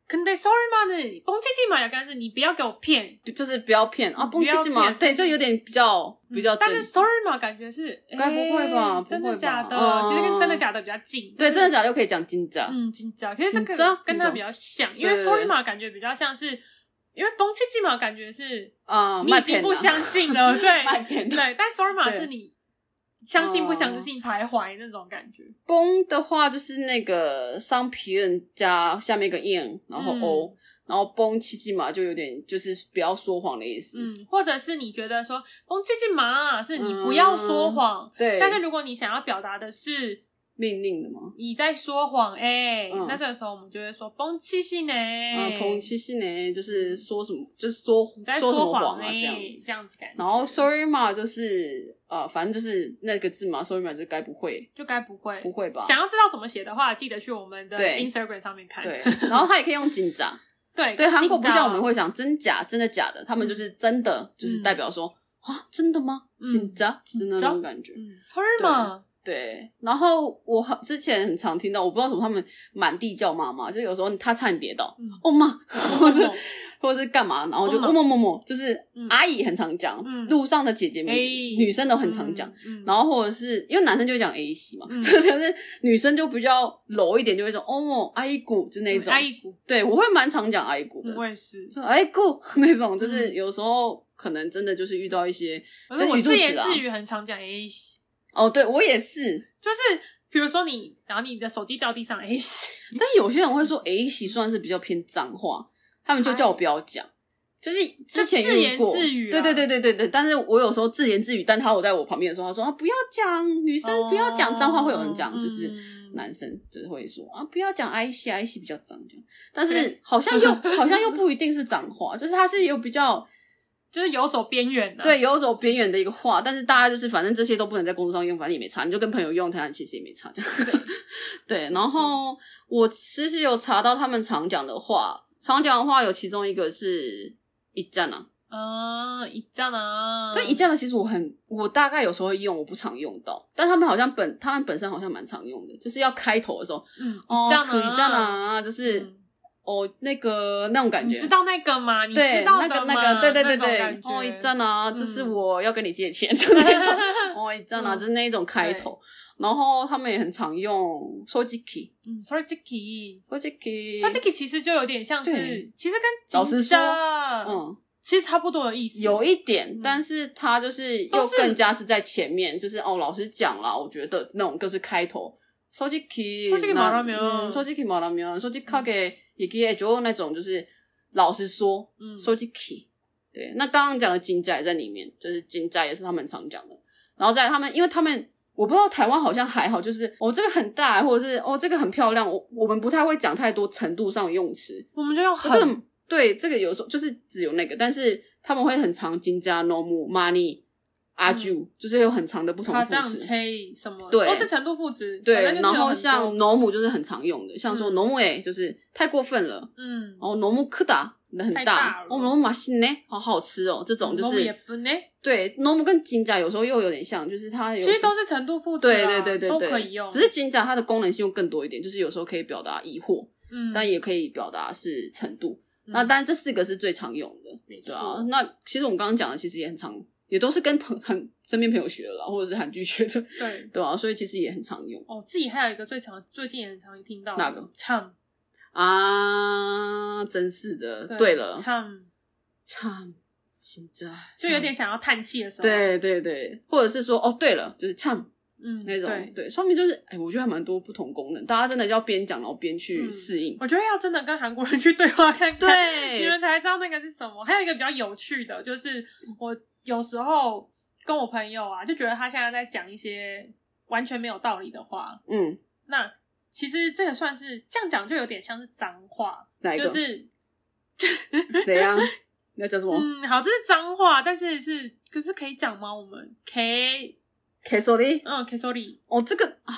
Speaker 3: 可能 sorry 嘛呢，崩叽叽嘛，要干是你不要给我骗，
Speaker 2: 就就是不要骗啊，
Speaker 3: 嗯
Speaker 2: 崩气机
Speaker 3: 不要
Speaker 2: 嘛，
Speaker 3: 骗嗯
Speaker 2: 对，就有点比较比较
Speaker 3: 但
Speaker 2: 真，
Speaker 3: 是 sorry 嘛，感觉是
Speaker 2: 该不
Speaker 3: 诶
Speaker 2: 会吧不会吧
Speaker 3: 真的假的？
Speaker 2: 嗯
Speaker 3: 其实跟真的假的比较近。
Speaker 2: 对，
Speaker 3: 就是
Speaker 2: 真的假的又可以讲金价，
Speaker 3: 嗯，紧张。可是这
Speaker 2: 紧张
Speaker 3: 个跟它比较像，因为
Speaker 2: 对
Speaker 3: sorry 嘛，感觉比较像是，因为崩气气嘛，感觉是
Speaker 2: 啊，
Speaker 3: 你
Speaker 2: 卖
Speaker 3: 已经
Speaker 2: 骗啊
Speaker 3: 不 相信了，对
Speaker 2: 卖骗啊
Speaker 3: 对。但 sorry 嘛
Speaker 2: 对哦
Speaker 3: 是你相信不相信徘徊那种感觉。
Speaker 2: 崩的话就是那个上皮人加下面一个 n，然后
Speaker 3: 嗯
Speaker 2: o，、然后崩气机嘛就有点就是不要说谎的意思，
Speaker 3: 嗯，或者是你觉得说崩气气嘛，是你不要说谎，
Speaker 2: 嗯对。
Speaker 3: 但是如果你想要表达的是。
Speaker 2: 命令的吗？
Speaker 3: 你在说谎哎、
Speaker 2: 嗯
Speaker 3: 那这个时候我们就会说崩气气呢，
Speaker 2: 嗯，彭七系呢，就是说什么，就是
Speaker 3: 哎
Speaker 2: 说
Speaker 3: 嗯你在
Speaker 2: 说什么
Speaker 3: 谎
Speaker 2: 谎啊
Speaker 3: 欸
Speaker 2: 这样。
Speaker 3: 这样子感觉。
Speaker 2: 然后 sorry 嘛，就是呃，反正就是那个字嘛，sorry 嘛，就该不会，
Speaker 3: 就该不会
Speaker 2: 不会吧
Speaker 3: 想要知道怎么写的话，记得去我们的
Speaker 2: 对
Speaker 3: Instagram 上面看。
Speaker 2: 对。然后他也可以用紧张，
Speaker 3: 对
Speaker 2: 对，韩国
Speaker 3: 紧
Speaker 2: 不
Speaker 3: 张
Speaker 2: 像我们会讲真假，真的假的，他们就是真的，就是代表说啊，真的吗
Speaker 3: 嗯？
Speaker 2: 紧张，真的那
Speaker 3: 紧张
Speaker 2: 种感觉。
Speaker 3: 嗯，sorry 嘛，
Speaker 2: 对，然后我很之前很常听到，我不知道为什么他们满地叫妈妈，就有时候他差点跌倒
Speaker 3: 嗯，
Speaker 2: 哦妈，或是
Speaker 3: 哦
Speaker 2: 或者是干嘛，然后就
Speaker 3: 哦妈
Speaker 2: 哦某某某，就是
Speaker 3: 嗯
Speaker 2: 阿姨很常讲
Speaker 3: 嗯，
Speaker 2: 路上的姐姐们
Speaker 3: 哎，
Speaker 2: 女生都很常讲。，
Speaker 3: 嗯，
Speaker 2: 然后或者是因为男生就会讲 A 系嘛，
Speaker 3: 嗯
Speaker 2: 就是女生就比较柔一点，就会说哦阿姨姑就那
Speaker 3: 嗯
Speaker 2: 种
Speaker 3: 阿。姨股，
Speaker 2: 对，我会蛮常讲阿姨姑的
Speaker 3: 嗯，我也是。
Speaker 2: 就哎姑 那种，就是
Speaker 3: 嗯
Speaker 2: 有时候可能真的就是遇到一些
Speaker 3: 可是
Speaker 2: 就
Speaker 3: 我
Speaker 2: 语助
Speaker 3: 自言
Speaker 2: 词啊
Speaker 3: 自语很常讲，哎，
Speaker 2: 哦，对我也是，
Speaker 3: 就是比如说你，然后你的手机掉地上，哎，
Speaker 2: 但有些人会说 A 系算是比较偏脏话，他们就叫我不要讲。就是之前
Speaker 3: 自言
Speaker 2: 遇过
Speaker 3: 自语啊
Speaker 2: 对对对对对对。但是我有时候自言自语，但他我在我旁边的时候，他说啊不要讲，女生不要讲脏话，会有人讲，就是
Speaker 3: 嗯
Speaker 2: 男生就是会说啊，不要讲 I C I C 比较脏这样，但是好像又好像 又不一定是脏话，就是它是有比较
Speaker 3: 就是游走边缘啊的。
Speaker 2: 对游走边缘的一个话，但是大家就是反正这些都不能在工作上用，反正也没差，你就跟朋友用，它其实也没差这 样。对，然
Speaker 3: 嗯
Speaker 2: 后我其实有查到他们常讲的话，常讲的话有其中一个是一战啊，
Speaker 3: 啊，一站啊，
Speaker 2: 但一战呢，其实我很我大概有时候会用，我不常用到，但他们好像本他们本身好像蛮常用的，就是要开头的时候
Speaker 3: 嗯，
Speaker 2: 哦，
Speaker 3: 一站
Speaker 2: 可以这样
Speaker 3: 啊，
Speaker 2: 啊，就是。
Speaker 3: 嗯
Speaker 2: 哦，那个那种感觉，啊
Speaker 3: 你知道那个吗？你
Speaker 2: 对
Speaker 3: 知道
Speaker 2: 那
Speaker 3: 的
Speaker 2: 个
Speaker 3: 吗？
Speaker 2: 那个，对对对
Speaker 3: 那
Speaker 2: 对
Speaker 3: 种，
Speaker 2: 哦，
Speaker 3: 感觉
Speaker 2: 一站啊，
Speaker 3: 嗯
Speaker 2: 就是我要跟 你借钱的那种，哦，一站啊，
Speaker 3: 嗯
Speaker 2: 就是那一种开头。然后他们也很常用 sojiki
Speaker 3: 嗯，sorry Jiki，sorry
Speaker 2: sojiki
Speaker 3: Jiki 其实就有点像是
Speaker 2: 对，
Speaker 3: 其实跟
Speaker 2: 老实
Speaker 3: 紧张，
Speaker 2: 嗯，
Speaker 3: 其实差不多的意思。
Speaker 2: 有一点
Speaker 3: 嗯，
Speaker 2: 但是他就是
Speaker 3: 都
Speaker 2: 又
Speaker 3: 是
Speaker 2: 更加是在前面，就是哦，老师讲啦，我觉得那种就是开头。솔직히
Speaker 3: 솔직히
Speaker 2: 난
Speaker 3: 말하면
Speaker 2: 嗯솔직히말하면솔직하게얘기해줘那种就是老实说，
Speaker 3: 嗯，
Speaker 2: 솔직히对，那刚刚讲的金甲也在里面，就是金甲也是他们常讲的。然后再来他们，因为他们我不知道台湾好像还好，就是哦这个很大，或者是哦这个很漂亮，我我们不太会讲太多程度上的用词。
Speaker 3: 我们就用
Speaker 2: 这
Speaker 3: 很
Speaker 2: 个对这个有时候就是只有那个，但是他们会很长金加 nomu money
Speaker 3: 嗯
Speaker 2: 阿啾、就是有很长的不同
Speaker 3: 他这样
Speaker 2: 副词。
Speaker 3: 吹什么，
Speaker 2: 对
Speaker 3: 都是程度副词。
Speaker 2: 对
Speaker 3: 反正，就是
Speaker 2: 然
Speaker 3: 有
Speaker 2: 后
Speaker 3: 很多
Speaker 2: 像 nomu 就是很常用的，像说
Speaker 3: 嗯
Speaker 2: nomu 哎，就是太过分了，
Speaker 3: 嗯，
Speaker 2: 哦，nomu kuda 很
Speaker 3: 太大
Speaker 2: 大
Speaker 3: 了，
Speaker 2: 哦，nomu m a s 好好吃哦，这种就
Speaker 3: 我们也
Speaker 2: 是
Speaker 3: 不呢，
Speaker 2: 对 nomu 跟金甲有时候又有点像，就是它有
Speaker 3: 其
Speaker 2: 时
Speaker 3: 实都是程度副词啊，
Speaker 2: 对对对对
Speaker 3: 都
Speaker 2: 对，
Speaker 3: 可以用。
Speaker 2: 只是金甲它的功能性又更多一点，就是有时候可以表达疑惑，
Speaker 3: 嗯，
Speaker 2: 但也可以表达是程度。
Speaker 3: 嗯
Speaker 2: 那当然，这四个是最常用的，
Speaker 3: 没
Speaker 2: 对啊
Speaker 3: 错。
Speaker 2: 那其实我们刚刚讲的，其实也很常，也都是跟朋 很身边朋友学的啦，或者是韩剧学的，
Speaker 3: 对
Speaker 2: 对啊，所以其实也很常用
Speaker 3: 哦，自己还有一个最常最近也很常听到的
Speaker 2: 哪个
Speaker 3: 唱？
Speaker 2: 啊。真是的，对了，
Speaker 3: 唱
Speaker 2: 唱现在
Speaker 3: 就有点想要叹气的时候，，
Speaker 2: 对对对，或者是说哦，对了，就是唱
Speaker 3: 嗯，
Speaker 2: 那种，
Speaker 3: 对。
Speaker 2: 对，上面就是哎，我觉得还蛮多不同功能，大家真的要边讲然后边去
Speaker 3: 嗯
Speaker 2: 适应。嗯
Speaker 3: 我觉得要真的跟韩国人 去对话看看，你
Speaker 2: 对
Speaker 3: 们，才知道那个是什么。还有一个比较有趣的，就是我有时候跟我朋友啊，就觉得他现在在讲一些完全没有道理的话。
Speaker 2: 嗯，
Speaker 3: 那其实这个算是这样讲，就有点像是脏话，
Speaker 2: 哪一个？
Speaker 3: 就是
Speaker 2: 怎样？ 你要讲什么
Speaker 3: 嗯，好，这是脏话，但是是可是可以讲吗？我们 K
Speaker 2: ？K sorry，
Speaker 3: 嗯 K sorry，
Speaker 2: 哦，这个啊，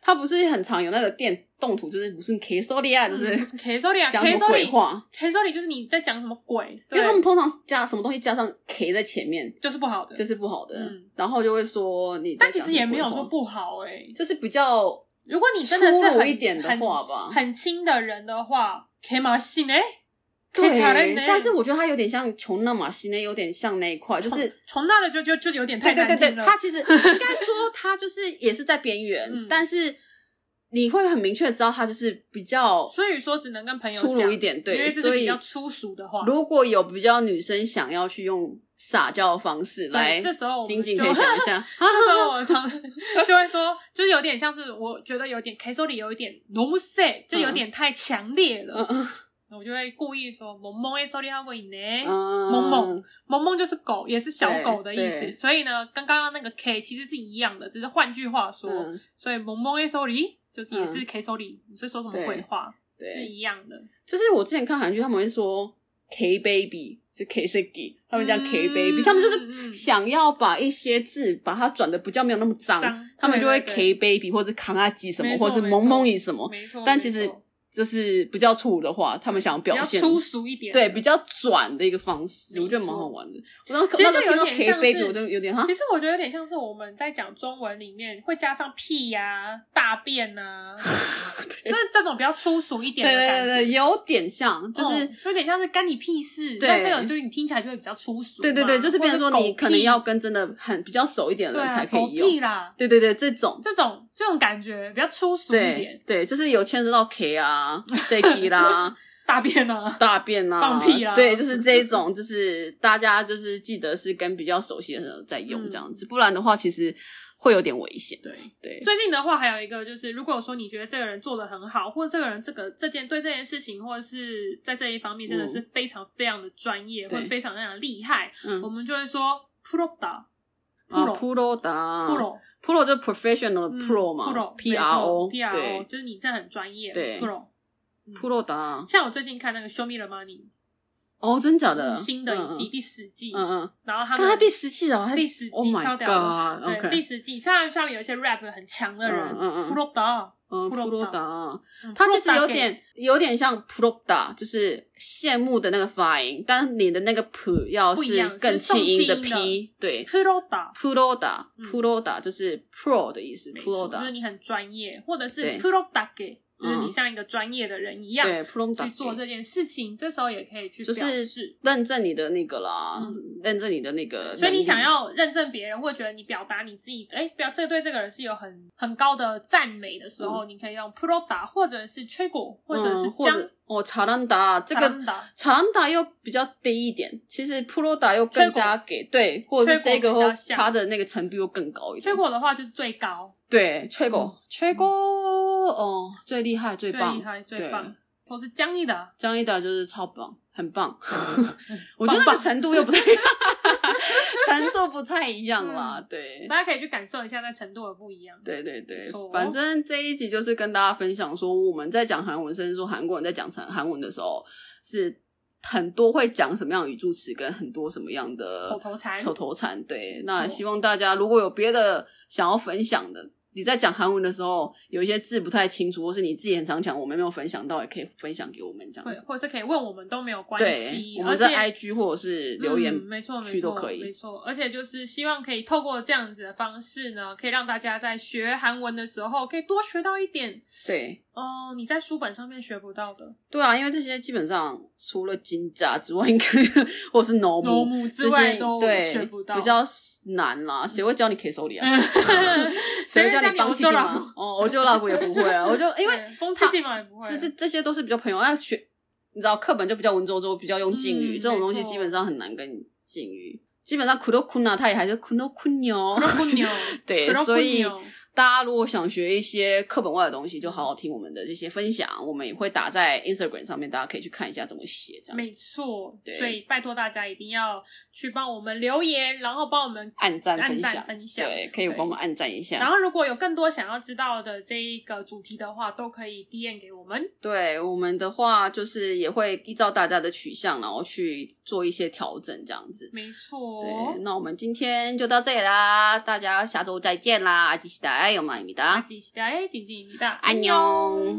Speaker 2: 它不是很常有那个电动图，就是不是 K sorry 啊，就是
Speaker 3: K sorry 啊
Speaker 2: 讲什
Speaker 3: ，K
Speaker 2: 么鬼
Speaker 3: sorry
Speaker 2: 话，
Speaker 3: K sorry 就是你在讲什么鬼，
Speaker 2: 因为他
Speaker 3: 对
Speaker 2: 们通常加什么东西加上 K 在前面
Speaker 3: 就是不好的，
Speaker 2: 就是不好的
Speaker 3: 嗯，
Speaker 2: 然后就会说你在
Speaker 3: 但其
Speaker 2: 讲
Speaker 3: 实
Speaker 2: 什么
Speaker 3: 也没
Speaker 2: 鬼
Speaker 3: 有
Speaker 2: 话
Speaker 3: 说，不好哎、
Speaker 2: 就是比较
Speaker 3: 如果你真的是
Speaker 2: 粗鲁
Speaker 3: 很
Speaker 2: 一点的话吧
Speaker 3: 很很轻的人的话，可以吗？信哎，可以
Speaker 2: 对
Speaker 3: 查人呢，
Speaker 2: 但是我觉得它有点像穷那马西内，有点像那一块，就是
Speaker 3: 从那的就就就有点太
Speaker 2: 对对
Speaker 3: 难
Speaker 2: 对
Speaker 3: 听
Speaker 2: 对，
Speaker 3: 了。
Speaker 2: 他 其实应该说他就是也是在边缘，
Speaker 3: 嗯
Speaker 2: 但是你会很明确地知道他就是比较
Speaker 3: 所以说只能跟朋友
Speaker 2: 粗
Speaker 3: 讲
Speaker 2: 鲁一点，
Speaker 3: 因
Speaker 2: 对，
Speaker 3: 为这
Speaker 2: 所
Speaker 3: 是比
Speaker 2: 以
Speaker 3: 较粗俗的话。
Speaker 2: 如果有比较女生想要去用撒娇的方式
Speaker 3: 对
Speaker 2: 来，
Speaker 3: 这时候我们
Speaker 2: 仅仅
Speaker 3: 就
Speaker 2: 可以讲一下 啊，
Speaker 3: 这时候我常 就会说，就是有点像是我觉得有点 K 手里有一点 no say，就有点太强烈了，
Speaker 2: 嗯嗯
Speaker 3: 我就会故意说萌萌 S 手里好过你呢，
Speaker 2: 嗯
Speaker 3: 萌萌萌萌就是狗，也是小狗的意
Speaker 2: 对对
Speaker 3: 思。所以呢，跟刚刚那个 K 其实是一样的，只是换句话说，
Speaker 2: 嗯
Speaker 3: 所以萌萌 A 手里就是也是
Speaker 2: 嗯
Speaker 3: K 手里，你是说什么
Speaker 2: 对
Speaker 3: 鬼话是
Speaker 2: 对，
Speaker 3: 一样的。
Speaker 2: 就是我之前看韩剧，他们会说 K baby 是 K s i g y 他们讲 K baby，、
Speaker 3: 嗯
Speaker 2: 他们就是
Speaker 3: 嗯嗯
Speaker 2: 想要把一些字把它转的比较没有那么脏，
Speaker 3: 脏
Speaker 2: 他们就会
Speaker 3: 对对
Speaker 2: K baby 或者扛阿基什么，
Speaker 3: 没
Speaker 2: 或
Speaker 3: 错
Speaker 2: 者是萌萌以什么，
Speaker 3: 没错，
Speaker 2: 哦但
Speaker 3: 没
Speaker 2: 其实
Speaker 3: 错
Speaker 2: 就是比较粗鲁的话，他们想要
Speaker 3: 比
Speaker 2: 表
Speaker 3: 较
Speaker 2: 现
Speaker 3: 粗俗一点，
Speaker 2: 对比。较转的一个方式，
Speaker 3: 没错
Speaker 2: 我觉得蛮好玩的。我当
Speaker 3: 其实
Speaker 2: 那时
Speaker 3: 就有
Speaker 2: 候听到
Speaker 3: 点像
Speaker 2: K
Speaker 3: 是
Speaker 2: baby，我就有点哈
Speaker 3: 其，实我觉得有点像是我们在讲中文里面会加上屁呀、啊大便 呐、就是这种比较粗俗一
Speaker 2: 对
Speaker 3: 点的
Speaker 2: 对
Speaker 3: 感
Speaker 2: 对
Speaker 3: 觉。
Speaker 2: 对，有点像，就是、
Speaker 3: 哦有点像是干你屁事，
Speaker 2: 对
Speaker 3: 那这种就是你听起来就会比较粗俗嘛，啊
Speaker 2: 对对对，就是变成说
Speaker 3: 或者
Speaker 2: 你
Speaker 3: 狗屁
Speaker 2: 可能要跟真的很比较熟一点的
Speaker 3: 对
Speaker 2: 人
Speaker 3: 啊，
Speaker 2: 才可
Speaker 3: 狗
Speaker 2: 以用。
Speaker 3: 屁啦，
Speaker 2: 对对对，这种
Speaker 3: 这种这种感觉比较粗俗一
Speaker 2: 对
Speaker 3: 点，
Speaker 2: 对，就是有牵涉到 K 啊、C K 啦、
Speaker 3: 大便啊，
Speaker 2: 大便啊、
Speaker 3: 放屁啊
Speaker 2: 对，就是 这一种，就是大家就是记得是跟比较熟悉的人在用
Speaker 3: 嗯
Speaker 2: 这样子，不然的话其实会有点危险。
Speaker 3: 对。
Speaker 2: 对，
Speaker 3: 最近的话，还有一个就是，如果说你觉得这个人做的很好，或者这个人这个这件对这件事情，或者是在这一方面真的是非常非常的专业，
Speaker 2: 嗯对
Speaker 3: 或者非常非常的厉害，
Speaker 2: 嗯
Speaker 3: 我，们就会说 pro 的
Speaker 2: 啊
Speaker 3: pro
Speaker 2: ，pro 达
Speaker 3: pro
Speaker 2: pro 就是 professional
Speaker 3: 嗯
Speaker 2: 的 pro 嘛
Speaker 3: p
Speaker 2: r o
Speaker 3: p r o
Speaker 2: 对
Speaker 3: 就是你这很专业
Speaker 2: 对
Speaker 3: pro。
Speaker 2: ，pro 达
Speaker 3: 像我最近看那个《Show Me the Money
Speaker 2: 哦，真假》的
Speaker 3: 嗯新的一季第十季，
Speaker 2: 嗯嗯，
Speaker 3: 然后他
Speaker 2: 刚
Speaker 3: 们
Speaker 2: 他第十季了，
Speaker 3: 第十
Speaker 2: ，Oh
Speaker 3: 季超
Speaker 2: my
Speaker 3: 屌的，对
Speaker 2: God，OK，
Speaker 3: 第十季，像像有一些 rap 很强的人
Speaker 2: 嗯嗯嗯
Speaker 3: ，pro 的，
Speaker 2: 嗯，pro 达，
Speaker 3: 嗯
Speaker 2: 它其实
Speaker 3: Pro 的
Speaker 2: 有
Speaker 3: 给
Speaker 2: 点有点像 propda，就是羡慕的那个发音，但你的那个 p 要
Speaker 3: 不一样
Speaker 2: 是更
Speaker 3: 是送
Speaker 2: 气音
Speaker 3: 气音的
Speaker 2: p，对
Speaker 3: pro 的，
Speaker 2: ，proda
Speaker 3: 嗯
Speaker 2: proda 就是 pro 的意思
Speaker 3: 没错就是
Speaker 2: ，proda
Speaker 3: 你很专业，或者是
Speaker 2: 对
Speaker 3: pro 的给，就是
Speaker 2: 嗯
Speaker 3: 你像一个专业的人一样
Speaker 2: 对
Speaker 3: 去做
Speaker 2: proda
Speaker 3: 这件事情，这时候也可以去
Speaker 2: 就
Speaker 3: 表
Speaker 2: 是
Speaker 3: 示。
Speaker 2: 认证你的那个啦
Speaker 3: 嗯，
Speaker 2: 认证你的那个能力，
Speaker 3: 所以你想要认证别人，或者觉得你表达你自己，哎，表这对这个人是有很很高的赞美的时候，你可以用 pro 的，或者是吹鼓，或者是
Speaker 2: 嗯嗯或
Speaker 3: 姜
Speaker 2: 者哦，查兰达这
Speaker 3: 查
Speaker 2: 个
Speaker 3: 兰达
Speaker 2: 查兰达又比较低一点，其实普罗达又更加给对，或者是这
Speaker 3: 脆
Speaker 2: 个
Speaker 3: 果比较
Speaker 2: 或
Speaker 3: 像
Speaker 2: 它的那个程度又更高一点。
Speaker 3: 吹果的话就是最高、
Speaker 2: 对吹狗吹狗哦，最厉害最
Speaker 3: 嗯最
Speaker 2: 棒
Speaker 3: 厉，害、最
Speaker 2: 对
Speaker 3: 棒，或是江一达，
Speaker 2: 张一达就是超棒，很棒。
Speaker 3: 嗯
Speaker 2: 我觉得那个程度又不太， 程度不太一样啦。
Speaker 3: 嗯
Speaker 2: 对，
Speaker 3: 大家可以去感受一下，在程度的不一样。
Speaker 2: 对对对
Speaker 3: 没错，哦
Speaker 2: 反正这一集就是跟大家分享说，我们在讲韩文，甚至说韩国人在讲成韩文的时候，是很多会讲什么样的语助词，跟很多什么样的
Speaker 3: 口头禅
Speaker 2: 口头禅。对，
Speaker 3: 没
Speaker 2: 那
Speaker 3: 错
Speaker 2: 希望大家如果有别的想要分享的。你在讲韩文的时候，有一些字不太清楚，或是你自己很常讲，我们没有分享到，也可以分享给我们这
Speaker 3: 对
Speaker 2: 样，子。
Speaker 3: 或者是可以问我们都没有关
Speaker 2: 对，
Speaker 3: 系，
Speaker 2: 我
Speaker 3: 而
Speaker 2: 们
Speaker 3: 且
Speaker 2: 在 IG 或者是留言
Speaker 3: 嗯没错，没
Speaker 2: 区
Speaker 3: 错
Speaker 2: 都可以。
Speaker 3: 没错。而且就是希望可以透过这样子的方式呢，可以让大家在学韩文的时候，可以多学到一点
Speaker 2: 对，
Speaker 3: 哦、你在书本上面学不到的。
Speaker 2: 对啊，因为这些基本上除了金价之外，应该 或是农
Speaker 3: 农牧之
Speaker 2: 这
Speaker 3: 外
Speaker 2: 些
Speaker 3: 都
Speaker 2: 对
Speaker 3: 学不到嗯
Speaker 2: 比较难啦。谁会教你 K 手里啊？
Speaker 3: 谁
Speaker 2: 谁
Speaker 3: 会
Speaker 2: 会
Speaker 3: 教
Speaker 2: 教
Speaker 3: 你
Speaker 2: 你帮
Speaker 3: 欧
Speaker 2: 气
Speaker 3: 洲
Speaker 2: 劲
Speaker 3: 老
Speaker 2: 吗？哦，我就拉古也不会啊，我就 因为
Speaker 3: 对风气起码也不会。
Speaker 2: 这这这些都是比较朋友，那学你知道课本就比较文绉绉，比较用敬
Speaker 3: 嗯
Speaker 2: 语，这种东
Speaker 3: 没
Speaker 2: 西
Speaker 3: 错
Speaker 2: 基本上很难跟你敬语。基本上苦都苦呢，他也还是苦都苦牛。
Speaker 3: 不牛，
Speaker 2: 对
Speaker 3: 可是不
Speaker 2: 所以
Speaker 3: 牛
Speaker 2: 大家如果想学一些课本外的东西，就好好听我们的这些分享，我们也会打在 Instagram 上面，大家可以去看一下怎么写这样。
Speaker 3: 没错，
Speaker 2: 对
Speaker 3: 所以拜托大家一定要去帮我们留言，然后帮我们
Speaker 2: 按赞
Speaker 3: 按
Speaker 2: 分
Speaker 3: 赞
Speaker 2: 享，
Speaker 3: 分享
Speaker 2: 对，可以
Speaker 3: 对
Speaker 2: 帮我们按赞一
Speaker 3: 然
Speaker 2: 下。
Speaker 3: 后如果有更多想要知道的这一个主题的话，都可以 DM 给我们。
Speaker 2: 对我们的话，就是也会依照大家的取向，然后去做一些调整，这样子。
Speaker 3: 没错，
Speaker 2: 对，那我们今天就到这里啦，大家下周再见啦，阿基西达，爱有马米
Speaker 3: 阿
Speaker 2: 达，
Speaker 3: 吉西达，哎，紧紧一大，
Speaker 2: 安妞。